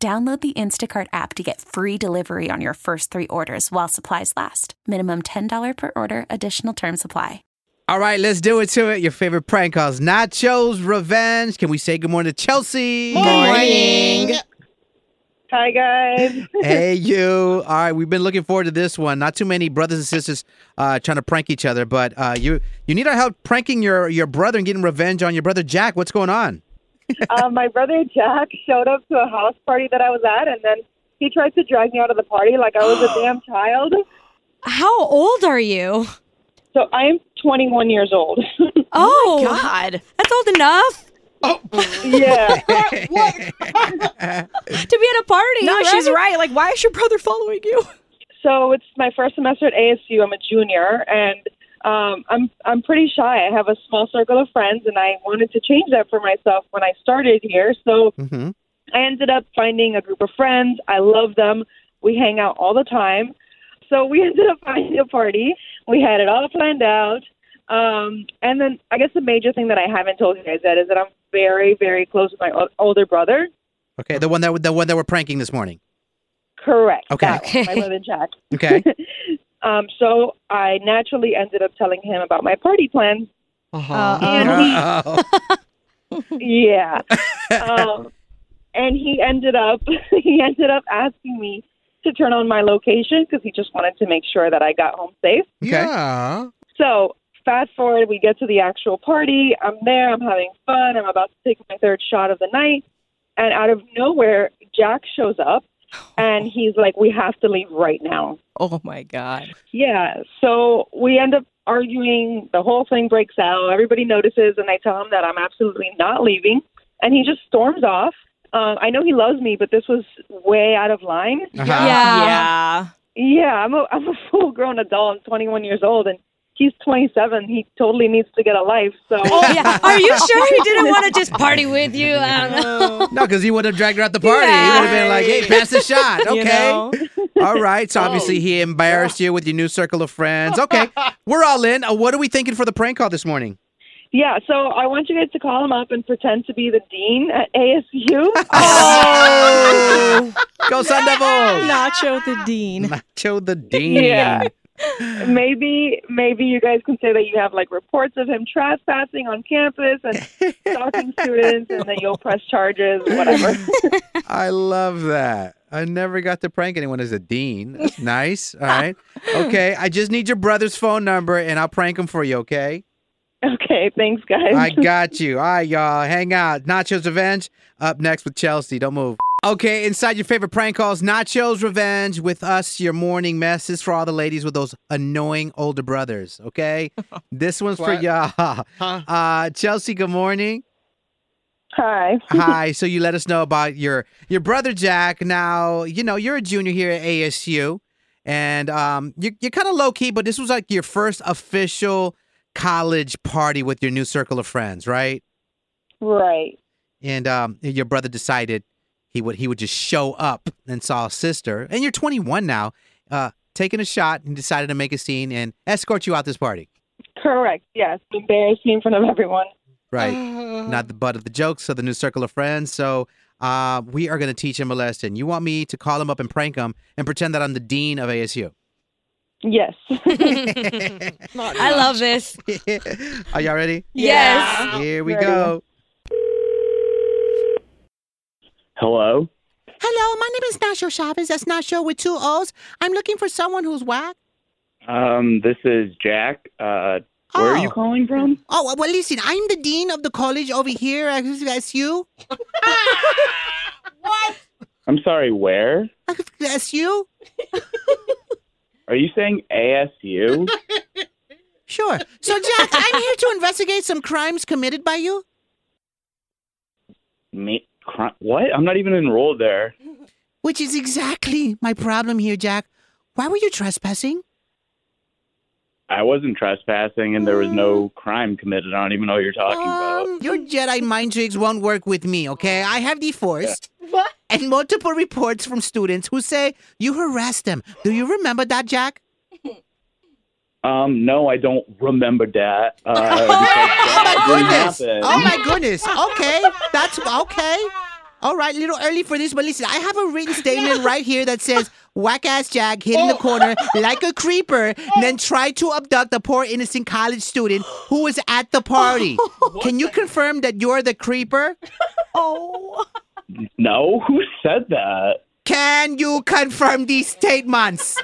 Download the Instacart app to get free delivery on your first three orders while supplies last. Minimum $10 per order, additional term supply. All right, let's do it to it. Your favorite prank calls Nachos, Revenge. Can we say good morning to Chelsea? Morning. Hi, guys. hey, you. All right, we've been looking forward to this one. Not too many brothers and sisters uh, trying to prank each other, but uh, you you need our help pranking your, your brother and getting revenge on your brother Jack. What's going on? uh, my brother Jack showed up to a house party that I was at, and then he tried to drag me out of the party like I was a damn child. How old are you? So I am 21 years old. Oh, God. That's old enough yeah. to be at a party. No, she's right. Like, why is your brother following you? So it's my first semester at ASU. I'm a junior, and um, I'm I'm pretty shy. I have a small circle of friends, and I wanted to change that for myself when I started here. So Mm-hmm. I ended up finding a group of friends. I love them. We hang out all the time. So we ended up finding a party. We had it all planned out. Um, and then I guess the major thing that I haven't told you guys yet is that I'm very, very close with my o- older brother. Okay, the one that the one that we're pranking this morning. Correct. Okay. that one, my brother Jack. Okay. Um, so I naturally ended up telling him about my party plans. Uh, Uh, And he Uh-oh. yeah. Um, and he ended up he ended up asking me to turn on my location because he just wanted to make sure that I got home safe. Okay. Yeah. So fast forward, we get to the actual party. I'm there. I'm having fun. I'm about to take my third shot of the night, and out of nowhere, Jack shows up, and he's like, "We have to leave right now." Oh my god. Yeah. So we end up arguing. The whole thing breaks out. Everybody notices, and I tell him that I'm absolutely not leaving, and he just storms off. Um, I know he loves me, but this was way out of line. Uh-huh. Yeah. yeah. Yeah, I'm a I'm a full grown adult. I'm 21 years old, and he's 27. He totally needs to get a life. So Oh, yeah. Are you sure he didn't want to just party with you? I don't know. No, because he would have dragged her out the party. He would have been like, "Hey, pass the shot." Okay. You know? All right. So obviously he embarrassed you with your new circle of friends. Okay. We're all in. Uh, what are we thinking for the prank call this morning? yeah, so I want you guys to call him up and pretend to be the dean at ASU. Oh, go Sun Devils! Nacho the Dean. Nacho the Dean. Yeah. maybe maybe you guys can say that you have like reports of him trespassing on campus and stalking students and that you'll press charges whatever I love that. I never got to prank anyone as a dean. That's nice. All right. Okay. I just need your brother's phone number and I'll prank him for you, okay? okay thanks guys I got you. All right, y'all. Hang out. Nacho's Revenge up next with Chelsea. Don't move. Okay, inside your favorite prank calls, Nacho's Revenge with us, your morning messes for all the ladies with those annoying older brothers, okay? this one's for What? y'all. Huh? Uh, Chelsea, good morning. hi Hi. So you let us know about your your brother Jack. Now you know you're a junior here at ASU, and um, you, you're kind of low key, but this was like your first official college party with your new circle of friends, right? right And um, your brother decided he would he would just show up and saw a sister, and you're 21 now, uh, taking a shot and decided to make a scene and escort you out this party, correct yes embarrass me in front of everyone right? not the butt of the jokes so the new circle of friends. So uh, we are going to teach him a lesson. You want me to call him up and prank him and pretend that I'm the dean of ASU? yes I love this. are y'all ready? Yes. Here we Ready. go. Hello. Hello, my name is Nacho Chavez. That's Nacho with two O's. I'm looking for someone who's whack. Um, this is Jack. Uh, where are you Oh. calling from? Oh, well, listen, I'm the dean of the college over here at SU. I'm sorry, where? SU? Are you saying ASU? Sure. So, Jack, I'm here to investigate some crimes committed by you. Me? Cr- what? I'm not even enrolled there. Which is exactly my problem here, Jack. Why were you trespassing? I wasn't trespassing, and there was no crime committed. I don't even know what you're talking about. Mm. Um, your Jedi mind tricks won't work with me, okay? I have the Force. What? And multiple reports from students who say you harassed them. Do you remember that, Jack? Um, no, I don't remember that. Uh, Oh my goodness! Happened. Oh my goodness! Okay, that's okay. All right, a little early for this, but listen, I have a written statement right here that says whack ass Jack hid in the corner like a creeper, and then tried to abduct a poor innocent college student who was at the party. Can you confirm that you're the creeper? Oh. No, who said that? Can you confirm these statements?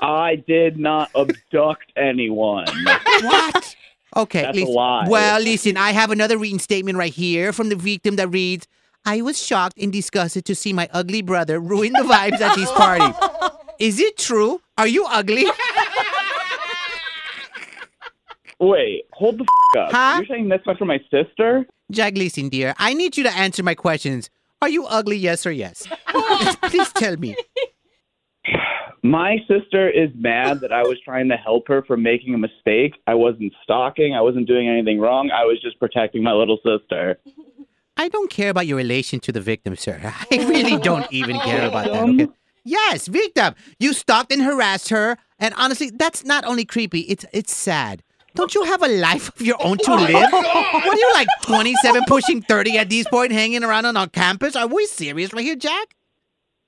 I did not abduct anyone. What? Okay, That's a listen- lie. Well, listen, I have another written statement right here from the victim that reads, "I was shocked and disgusted to see my ugly brother ruin the vibes at this party. Is it true? Are you ugly? Wait, hold the f- up. Huh? You're saying this went for my sister? Jack, listen, dear. I need you to answer my questions. Are you ugly? Yes or yes? Please tell me. My sister is mad that I was trying to help her from making a mistake. I wasn't stalking. I wasn't doing anything wrong. I was just protecting my little sister. I don't care about your relation to the victim, sir. I really don't even care about that. Victim? Okay? Yes, victim. You stalked and harassed her, and honestly, that's not only creepy. It's it's sad. Don't you have a life of your own to live? What are you like, twenty-seven, pushing thirty at this point, hanging around on our campus? Are we serious right here, Jack?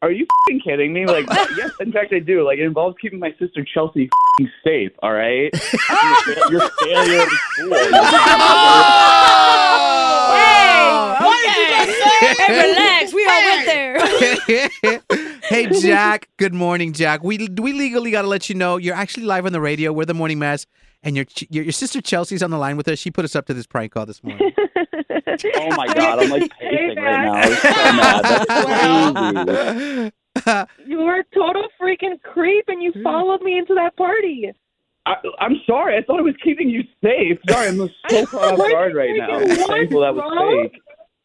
Are you fing kidding me? Like, yes, in fact, I do. Like, it involves keeping my sister Chelsea fing safe. All right, your, fa- your failure of school. Hey, relax. We all went there. hey Jack, good morning, Jack. We we legally gotta let you know you're actually live on the radio. We're the morning mess, and your ch- your, your sister Chelsea's on the line with us. She put us up to this prank call this morning. Oh my god, I'm like pacing right now. I'm so mad. That's crazy. You were a total freaking creep, and Hmm. you followed me into that party. I, I'm sorry. I thought I was keeping you safe. Sorry, I'm so caught off What guard you right now. freaking I'm want, thankful that was bro? fake.